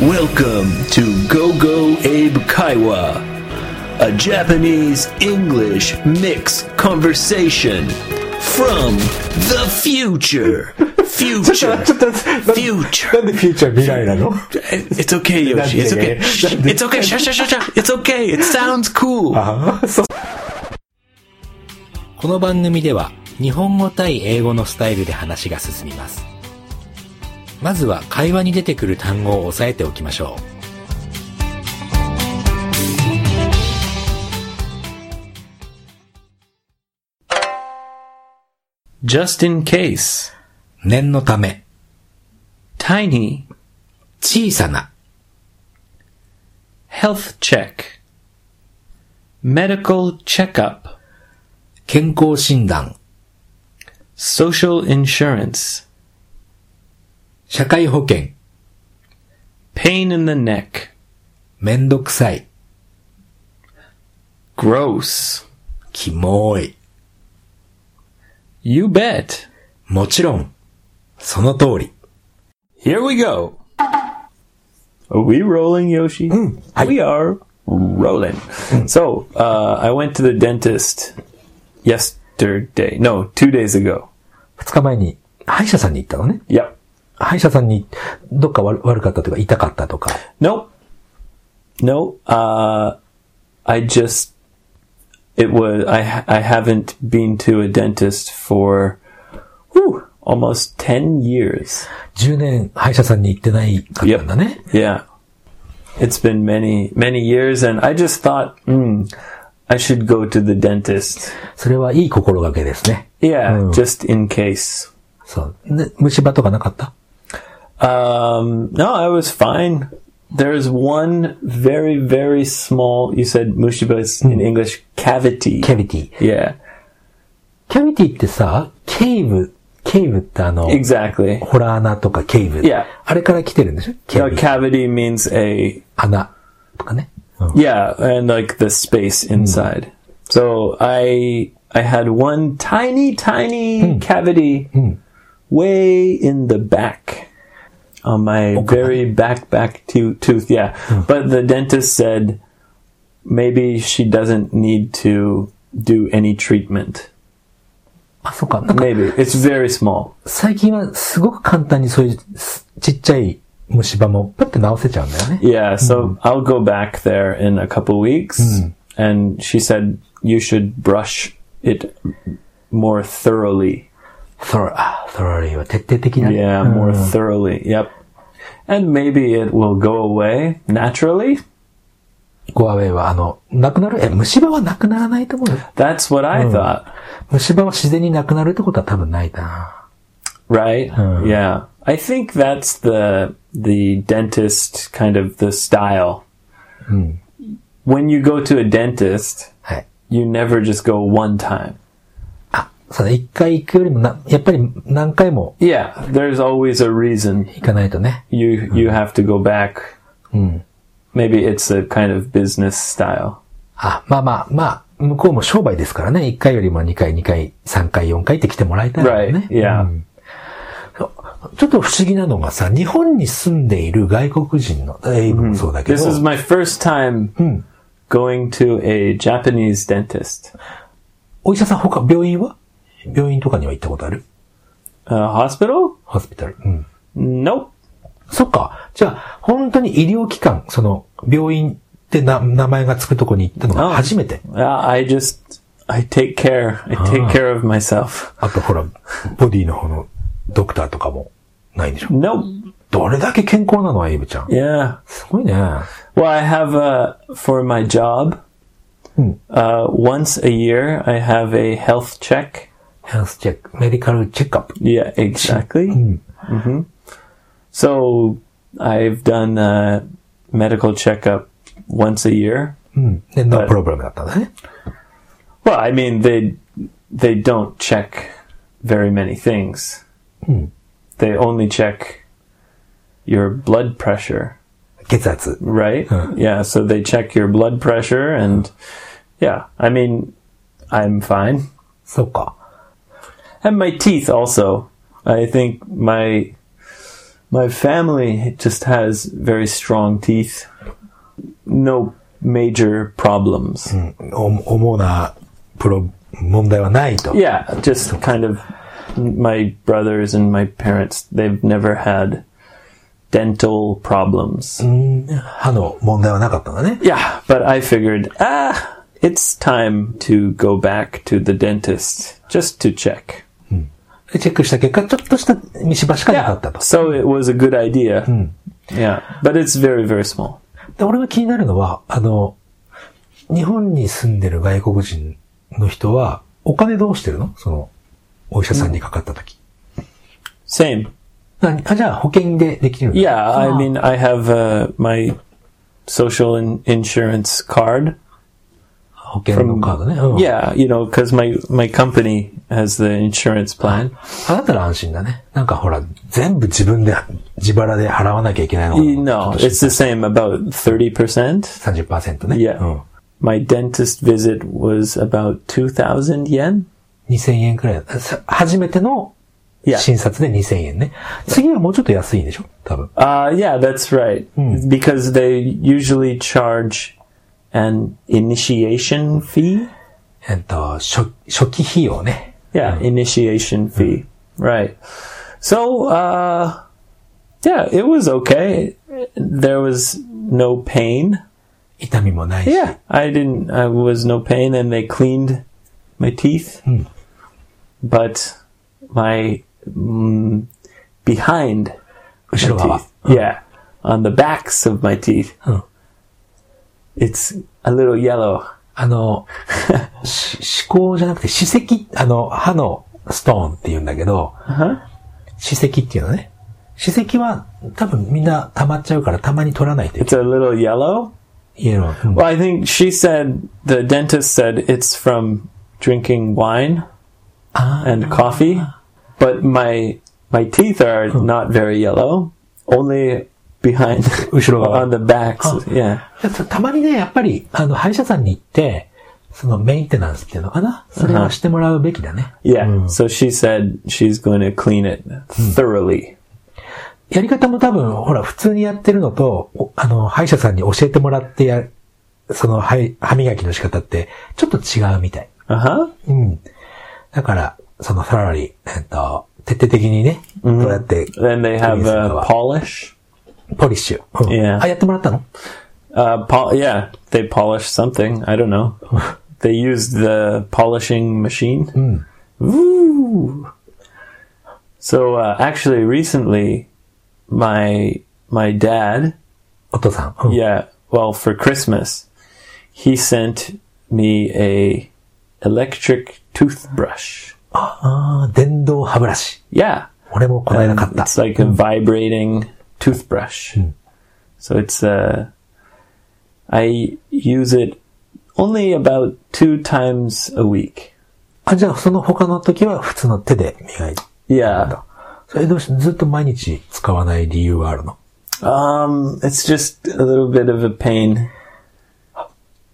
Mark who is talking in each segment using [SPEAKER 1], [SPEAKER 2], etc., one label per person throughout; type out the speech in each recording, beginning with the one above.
[SPEAKER 1] Welcome to Gogo Abe Kaiwa, a Japanese English mix conversation from the future.
[SPEAKER 2] ちょっ
[SPEAKER 1] Future.
[SPEAKER 2] と待って、ちょっと
[SPEAKER 1] Future.
[SPEAKER 2] なんでなんでフューチャー未来な の
[SPEAKER 1] It's okay, Yoshi. It's okay. Shh, It's okay. Shh, shh, shh, shh. It's okay. It sounds cool.
[SPEAKER 3] Ah.
[SPEAKER 2] ああ、そう。
[SPEAKER 3] この番組では日本語対英語のスタイルで話が進みます。まずは会話に出てくる単語を押さえておきましょ
[SPEAKER 1] 「just in case
[SPEAKER 3] う。念のため、」
[SPEAKER 1] 「tiny
[SPEAKER 3] 小さな、
[SPEAKER 1] 「health check」「medical checkup」
[SPEAKER 3] 健康診断、
[SPEAKER 1] 「social insurance」
[SPEAKER 3] 社会保険、
[SPEAKER 1] 「pain in the neck」
[SPEAKER 3] めんどくさい、
[SPEAKER 1] 「gross」
[SPEAKER 3] キモい。
[SPEAKER 1] 「you bet
[SPEAKER 3] もちろん、その通り。」
[SPEAKER 1] Here we go! Hmm. Are we rolling, Yoshi? We are rolling. So, uh, I went to the dentist yesterday. No, two days ago.
[SPEAKER 3] 2日前に歯医者さんに行ったのね。
[SPEAKER 1] Yep.
[SPEAKER 3] 歯医者さんにどっか悪悪かったとか痛かったとか。
[SPEAKER 1] Nope. No. Uh, I just it was I I haven't been to a dentist for whew, almost ten years.
[SPEAKER 3] 10年歯医者さんに行ってないかったんだね。
[SPEAKER 1] Yeah. It's been many many years, and I just thought, hmm, I should go to the dentist.
[SPEAKER 3] それはいい心がけですね。
[SPEAKER 1] Yeah,
[SPEAKER 3] Mm.
[SPEAKER 1] just in case.
[SPEAKER 3] そう。で虫歯とかなかった
[SPEAKER 1] Um, no, I was fine. There's one very very small. You said mushibas in English Hmm. cavity.
[SPEAKER 3] キャビティ。
[SPEAKER 1] Yeah.
[SPEAKER 3] キャビティってさ、ケイブ、ケイブってあの、
[SPEAKER 1] Exactly.
[SPEAKER 3] ホラー穴とかケイブ。
[SPEAKER 1] Yeah.
[SPEAKER 3] あれから来てるんでしょケ
[SPEAKER 1] A
[SPEAKER 3] イブ。
[SPEAKER 1] cavity means a
[SPEAKER 3] 穴とかね。うん、
[SPEAKER 1] yeah, and like the space inside. So I I had one tiny tiny cavity way in the back on my very back back to- tooth. Yeah, but the dentist said maybe she doesn't need to do any treatment.
[SPEAKER 3] あ、そうか。なんか、
[SPEAKER 1] Maybe it's very small.
[SPEAKER 3] 最近はすごく簡単にそういうすちっちゃい虫歯もパッて直せちゃうんだよね。
[SPEAKER 1] Yeah, so I'll go back there in a couple weeks. And she said you should brush it more thoroughly.
[SPEAKER 3] ソロ、あ、ソロリーは徹底的なね。
[SPEAKER 1] Yeah,
[SPEAKER 3] うん
[SPEAKER 1] more thoroughly. Yep. And maybe it will go away naturally.
[SPEAKER 3] ゴアウェイはあの、なくなる、え、虫歯はなくならないと思うよ。
[SPEAKER 1] That's what I thought,
[SPEAKER 3] 虫歯は自然になくなるってことは多分ないな。
[SPEAKER 1] right? Yeah. I think that's the the dentist kind of the style. When you go to a dentist,
[SPEAKER 3] はい。
[SPEAKER 1] you never just go one time.
[SPEAKER 3] そうだ、一回行くよりもな、やっぱり何回も
[SPEAKER 1] Yeah, there's always a reason.
[SPEAKER 3] 行かないとね。
[SPEAKER 1] you you have to go back. Maybe it's a kind of business style.
[SPEAKER 3] あ、まあまあ、まあ、向こうも商売ですからね。1回よりも2回、2回、3回、4回って来てもらいたいから
[SPEAKER 1] Right.
[SPEAKER 3] ね。
[SPEAKER 1] Yeah.
[SPEAKER 3] ちょっと不思議なのがさ、日本に住んでいる外国人の、英イブもそうだけど
[SPEAKER 1] This、is my first time going to a Japanese dentist.
[SPEAKER 3] お医者さん他、病院は病院とかには行ったことある
[SPEAKER 1] Uh, hospital?
[SPEAKER 3] ホスピタル。うん。
[SPEAKER 1] Nope.
[SPEAKER 3] そっか。じゃあ、本当に医療機関、その、病院ってな、名前がつくとこに行ったのが初めて。
[SPEAKER 1] Uh, I just I take care. I take care of myself.
[SPEAKER 3] あとほら、ボディの方のドクターとかもないんでしょ
[SPEAKER 1] Nope.
[SPEAKER 3] どれだけ健康なのエイブちゃん。
[SPEAKER 1] Yeah.
[SPEAKER 3] すごいね。
[SPEAKER 1] Well, I have uh, for my job.
[SPEAKER 3] Hmm.
[SPEAKER 1] Uh, once a year, I have a health check.
[SPEAKER 3] ヘルスチェック、メディカルチェックアップ。
[SPEAKER 1] Yeah, exactly. hmm So I've done a medical checkup once a year.
[SPEAKER 3] うん。で、ノ
[SPEAKER 1] は
[SPEAKER 3] ー
[SPEAKER 1] い
[SPEAKER 3] プロブレムだったんだね。
[SPEAKER 1] Well, I mean they they don't check very many things. They only check your blood pressure,
[SPEAKER 3] 血圧。
[SPEAKER 1] right? Yeah, so they check your blood pressure and yeah, I mean I'm fine.
[SPEAKER 3] そうか。
[SPEAKER 1] And my teeth also. I think my My family just has very strong teeth. No major problems.
[SPEAKER 3] お主なプロ、問題はないと。
[SPEAKER 1] Yeah, just kind of my brothers and my parents, they've never had dental problems.
[SPEAKER 3] 歯の問題はなかったんだね。
[SPEAKER 1] Yeah, but I figured, ah, it's time to go back to the dentist just to check.
[SPEAKER 3] でチェックした結果、ちょっとした見し場しかなかったと。
[SPEAKER 1] So it was a good idea. Yeah, but it's very, very small.
[SPEAKER 3] で俺が気になるのは、あの、日本に住んでる外国人の人は、お金どうしてるのその、お医者さんにかかった時。
[SPEAKER 1] Same.
[SPEAKER 3] なあじゃあ、保険でできるの
[SPEAKER 1] Yeah, I mean, I have uh, my social in- insurance card.
[SPEAKER 3] 保険のカードね。うん
[SPEAKER 1] Yeah, you know, because my, my company has the insurance plan.
[SPEAKER 3] あだったら安心だね。なんかほら、全部自分で、自腹で払わなきゃいけないのかな
[SPEAKER 1] E, No, it's the same, about 30%.
[SPEAKER 3] 30%ね。
[SPEAKER 1] Yeah.
[SPEAKER 3] うん。
[SPEAKER 1] My dentist visit was about 2,000 yen.
[SPEAKER 3] 2000円くらいだ。さ初めての
[SPEAKER 1] Yeah.
[SPEAKER 3] 診察で2000円ね。次はもうちょっと安いんでしょ多分。
[SPEAKER 1] Uh, yeah, that's right. Because they usually charge an initiation fee.
[SPEAKER 3] えっと、初、初期費用ね。
[SPEAKER 1] Yeah, initiation fee. Right. So, uh, yeah, it was okay. There was no pain.
[SPEAKER 3] 痛みもないし。
[SPEAKER 1] Yeah, I didn't. I was no pain, and they cleaned my teeth. But my mm, behind
[SPEAKER 3] 後
[SPEAKER 1] my
[SPEAKER 3] ろ側
[SPEAKER 1] teeth,。yeah, on the backs of my teeth,
[SPEAKER 3] Hmm.
[SPEAKER 1] it's a little yellow.
[SPEAKER 3] あの、し歯垢じゃなくて、歯石、あの、歯のストーンって言うんだけど、歯石っていうのね。歯石は多分みんな溜まっちゃうからたまに取らないとい
[SPEAKER 1] It's a little yellow.
[SPEAKER 3] けない。うん
[SPEAKER 1] Well, I think she said the dentist said it's from drinking wine and coffee, but my my teeth are not very yellow. Only behind,
[SPEAKER 3] 後ろ側。
[SPEAKER 1] on the backs. Yeah.
[SPEAKER 3] でたたまにね、やっぱり、あの、歯医者さんに行って、そのメンテナンスっていうのかなそれはしてもらうべきだね。
[SPEAKER 1] Yeah. So she said she's going to clean it thoroughly.
[SPEAKER 3] やり方も多分、ほら、普通にやってるのと、おあの、歯医者さんに教えてもらってや、その歯い、歯磨きの仕方って、ちょっと違うみたい。
[SPEAKER 1] Uh huh.
[SPEAKER 3] うん。だから、その、さらに、えっと、徹底的にね、どうやって、
[SPEAKER 1] Then they have
[SPEAKER 3] Clean it
[SPEAKER 1] uh,
[SPEAKER 3] up.
[SPEAKER 1] polish.
[SPEAKER 3] ポリッシュ。うん
[SPEAKER 1] Yeah.
[SPEAKER 3] あ、やってもらったの
[SPEAKER 1] Uh, pol- yeah, they polish something. I don't know. they used the polishing machine. Ooh. So uh, actually, recently, my my dad.
[SPEAKER 3] お父さん。うん
[SPEAKER 1] Yeah. Well, for Christmas, he sent me a electric toothbrush.
[SPEAKER 3] あー電動歯ブラシ。
[SPEAKER 1] Yeah.
[SPEAKER 3] 俺もこの間買っ
[SPEAKER 1] And
[SPEAKER 3] た。
[SPEAKER 1] It's like a vibrating toothbrush. So it's uh I use it only about two times a week.
[SPEAKER 3] あ、じゃあ、その他の時は普通の手で磨いて。
[SPEAKER 1] Yeah.
[SPEAKER 3] それどうしずっと毎日使わない理由はあるの
[SPEAKER 1] Um it's just a little bit of a pain.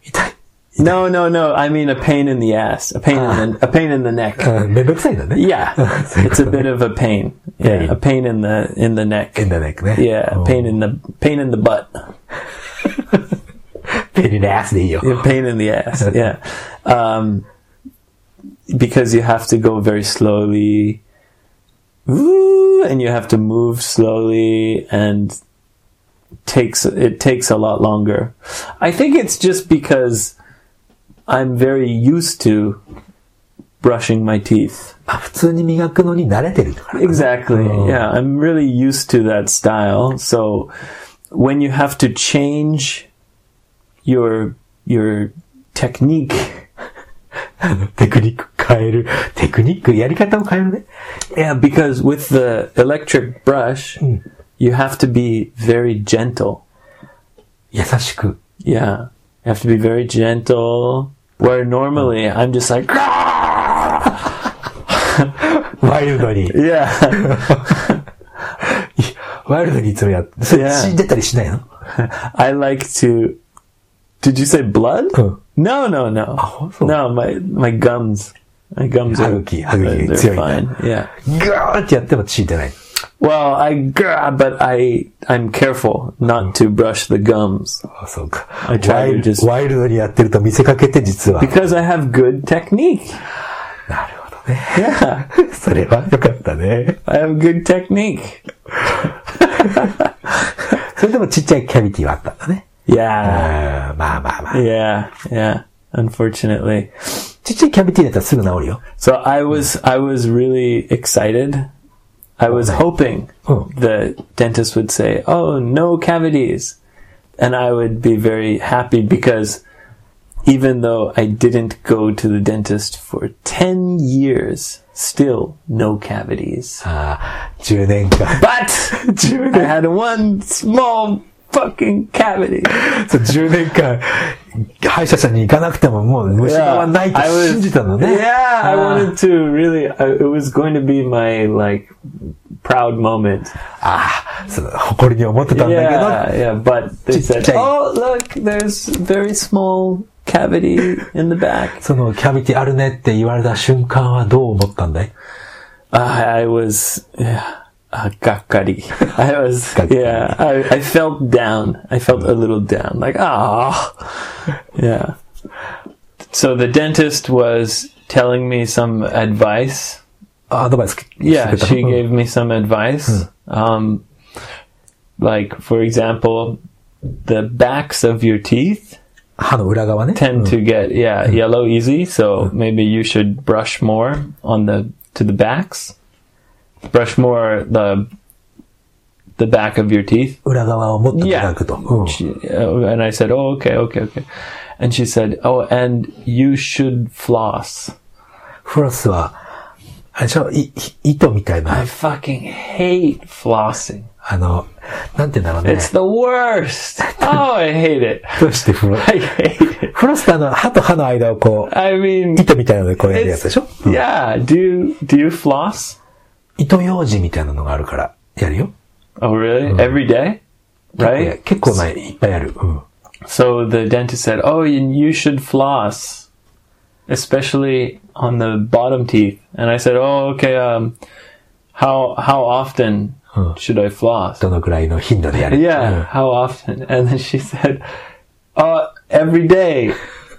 [SPEAKER 3] 痛い。
[SPEAKER 1] No, no, no. I mean a pain in the ass. A pain in the, a pain in the neck.
[SPEAKER 3] うんめんどくさいんだね。
[SPEAKER 1] Yeah. It's a bit of a pain. Yeah, a pain in the in Oh. the neck.
[SPEAKER 3] ペンだね。
[SPEAKER 1] Yeah,
[SPEAKER 3] うん
[SPEAKER 1] pain in the pain in the butt.
[SPEAKER 3] ペンでアスでいいよ。
[SPEAKER 1] A pain in the ass. Yeah. Um, because you have to go very slowly. Woo, and you have to move slowly and takes it takes a lot longer. I think it's just because I'm very used to brushing my teeth.
[SPEAKER 3] あ普通に磨くのに慣れてるから。
[SPEAKER 1] Exactly. Yeah, I'm really used to that style. So when you have to change your your technique
[SPEAKER 3] テクニック変える。テクニック、やり方を変えるね。
[SPEAKER 1] Yeah, because with the electric brush, you have to be very gentle.
[SPEAKER 3] 優しく。
[SPEAKER 1] Yeah, you have to be very gentle. Where normally I'm just like, "Ah!"
[SPEAKER 3] ワイルドに。
[SPEAKER 1] yeah,
[SPEAKER 3] ワイルドにいつもやって。それ
[SPEAKER 1] Yeah.
[SPEAKER 3] 死んでたりしないの
[SPEAKER 1] I like to. Did you say blood?
[SPEAKER 3] Huh.
[SPEAKER 1] No, no, no,
[SPEAKER 3] awesome.
[SPEAKER 1] no. My my gums, my gums are,
[SPEAKER 3] Haruki, Haruki,
[SPEAKER 1] they're
[SPEAKER 3] it's your-
[SPEAKER 1] fine. Yeah,
[SPEAKER 3] ガーってやっても血出ない。
[SPEAKER 1] Well, I grab, but I I'm careful not to brush the gums
[SPEAKER 3] あそうか。
[SPEAKER 1] I try to
[SPEAKER 3] ワイル
[SPEAKER 1] just-
[SPEAKER 3] ワイルドにやってると見せかけて実は。
[SPEAKER 1] because I have good technique.
[SPEAKER 3] なるほどね。
[SPEAKER 1] Yeah,
[SPEAKER 3] それはよかったね。
[SPEAKER 1] I have good technique.
[SPEAKER 3] それでもちっちゃいキャビティはあったんだね。うん
[SPEAKER 1] Yeah,
[SPEAKER 3] まあまあまあ。
[SPEAKER 1] yeah, yeah. Unfortunately,
[SPEAKER 3] ちっちゃいキャビティだったらすぐ治るよ。
[SPEAKER 1] so I was I was really excited. I was hoping
[SPEAKER 3] Oh.
[SPEAKER 1] the dentist would say, "Oh, no cavities," and I would be very happy because even though I didn't go to the dentist for ten years, still no cavities.
[SPEAKER 3] ああ、10年間。
[SPEAKER 1] But I had one small fucking cavity.
[SPEAKER 3] そう10年間、歯医者さんに行かなくてももう虫歯はないと
[SPEAKER 1] I
[SPEAKER 3] 信じたのね。
[SPEAKER 1] Yeah, I
[SPEAKER 3] あー
[SPEAKER 1] wanted to really. I, it was going to be my like proud moment.
[SPEAKER 3] ああ、その誇りに思ってたんだけど、
[SPEAKER 1] Yeah, yeah. But they
[SPEAKER 3] Just
[SPEAKER 1] said,
[SPEAKER 3] change.
[SPEAKER 1] "Oh, look, there's very small cavity in the back."
[SPEAKER 3] そのキャビティあるねって言われた瞬間はどう思ったんだい
[SPEAKER 1] I, I was. Yeah. Uh, gakkari. I was,
[SPEAKER 3] Gakkari.
[SPEAKER 1] yeah, I, I felt down. I felt a little down, like, ah, yeah. So the dentist was telling me some advice.
[SPEAKER 3] アドバイスしてくれた
[SPEAKER 1] Yeah, she
[SPEAKER 3] うん
[SPEAKER 1] gave me some advice. Um, like, for example, the backs of your teeth
[SPEAKER 3] 歯の裏側ね。
[SPEAKER 1] tend to get yeah yellow easy, so maybe you should brush more on the to the backs. Brush more the the back of your teeth.
[SPEAKER 3] 裏側をもっと磨くと。うん、
[SPEAKER 1] She, uh, and I said, "Oh, okay, okay, okay." And she said, "Oh, and you should floss."
[SPEAKER 3] フロスは、あれでしょいい糸みたいな
[SPEAKER 1] I、fucking hate flossing.
[SPEAKER 3] あの、なんて言うんだろうね
[SPEAKER 1] It's。the worst. Oh, I hate it.
[SPEAKER 3] どうしてフロス
[SPEAKER 1] I hate it.
[SPEAKER 3] フロスってあの、歯と歯の間をこう、
[SPEAKER 1] I mean,
[SPEAKER 3] 糸みたいなのでこうやるやつで
[SPEAKER 1] it's,
[SPEAKER 3] しょ、うん
[SPEAKER 1] yeah. Do you, do you floss?
[SPEAKER 3] 糸用紙みたいなのがあるから、やるよ。
[SPEAKER 1] Oh, really? Every day,
[SPEAKER 3] いや
[SPEAKER 1] right?
[SPEAKER 3] 結構ない、いっぱいある。うん。
[SPEAKER 1] So the dentist said, "Oh, you, you should floss, especially on the bottom teeth." And I said, "Oh, okay. Um, how how often should I floss?"
[SPEAKER 3] どのくらいの頻度でやる
[SPEAKER 1] Yeah, how often? And then she said, uh, every day.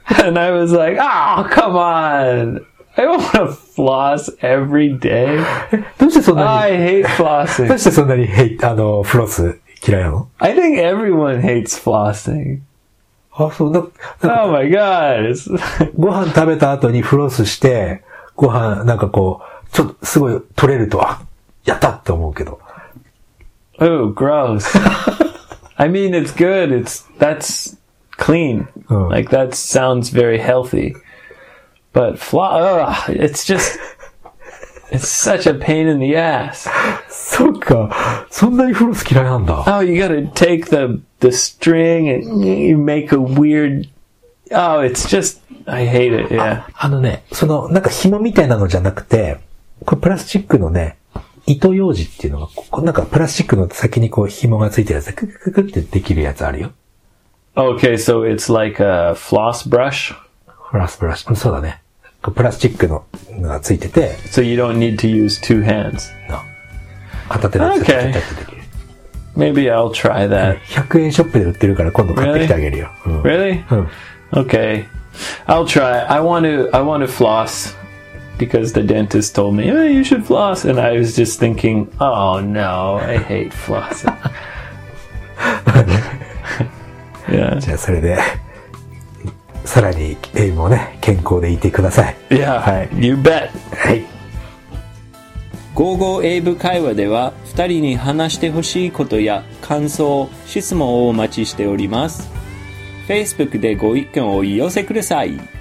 [SPEAKER 1] And I was like, oh, come on. I don't want to floss every day.
[SPEAKER 3] どうしてそんな
[SPEAKER 1] I
[SPEAKER 3] に、
[SPEAKER 1] hate
[SPEAKER 3] どう
[SPEAKER 1] flossing.
[SPEAKER 3] してそんなにヘイ、あの、フロス嫌いなの
[SPEAKER 1] I think everyone hates flossing.
[SPEAKER 3] あ、そう、ななんか
[SPEAKER 1] Oh my god. It's-
[SPEAKER 3] ご飯食べた後にフロスして、ご飯、なんかこう、ちょっとすごい取れるとは、やったって思うけど。
[SPEAKER 1] Ooh, Oh, gross. I mean, it's good. It's that's clean.
[SPEAKER 3] Oh.
[SPEAKER 1] Like that sounds very healthy. But floss, it's just it's such a pain in the ass.
[SPEAKER 3] そうか。そんなにフロス嫌いなんだ。
[SPEAKER 1] Oh, you gotta take the the string and you make a weird. Oh, it's just I hate it. Yeah,
[SPEAKER 3] あのね、その、なんか紐みたいなのじゃなくて、これプラスチックのね、糸用紙っていうのが、ここなんかプラスチックの先にこう紐がついてるやつで、ククククってできるやつあるよ。
[SPEAKER 1] Okay, so it's like a floss brush,
[SPEAKER 3] フラスブラシ。うんそうだね。こうプラスチックののがついてて、
[SPEAKER 1] so you don't need to use two hands.
[SPEAKER 3] 片手でちょっとちょっとできる。
[SPEAKER 1] Maybe I'll try that.
[SPEAKER 3] 100円ショップで売ってるから今度買ってきてあげるよ。うん
[SPEAKER 1] Really?
[SPEAKER 3] Hmm.
[SPEAKER 1] Okay, I'll try. I want to. I want to floss because the dentist told me "Eh, you should floss, and I was just thinking, oh no, I hate flossing. yeah.
[SPEAKER 3] じゃあそれで、さらにエイムをね、健康でいてください。
[SPEAKER 1] Yeah. You bet.
[SPEAKER 3] はい。
[SPEAKER 1] 55英語会話では2人に話してほしいことや感想質問をお待ちしております Facebook でご意見をお寄せください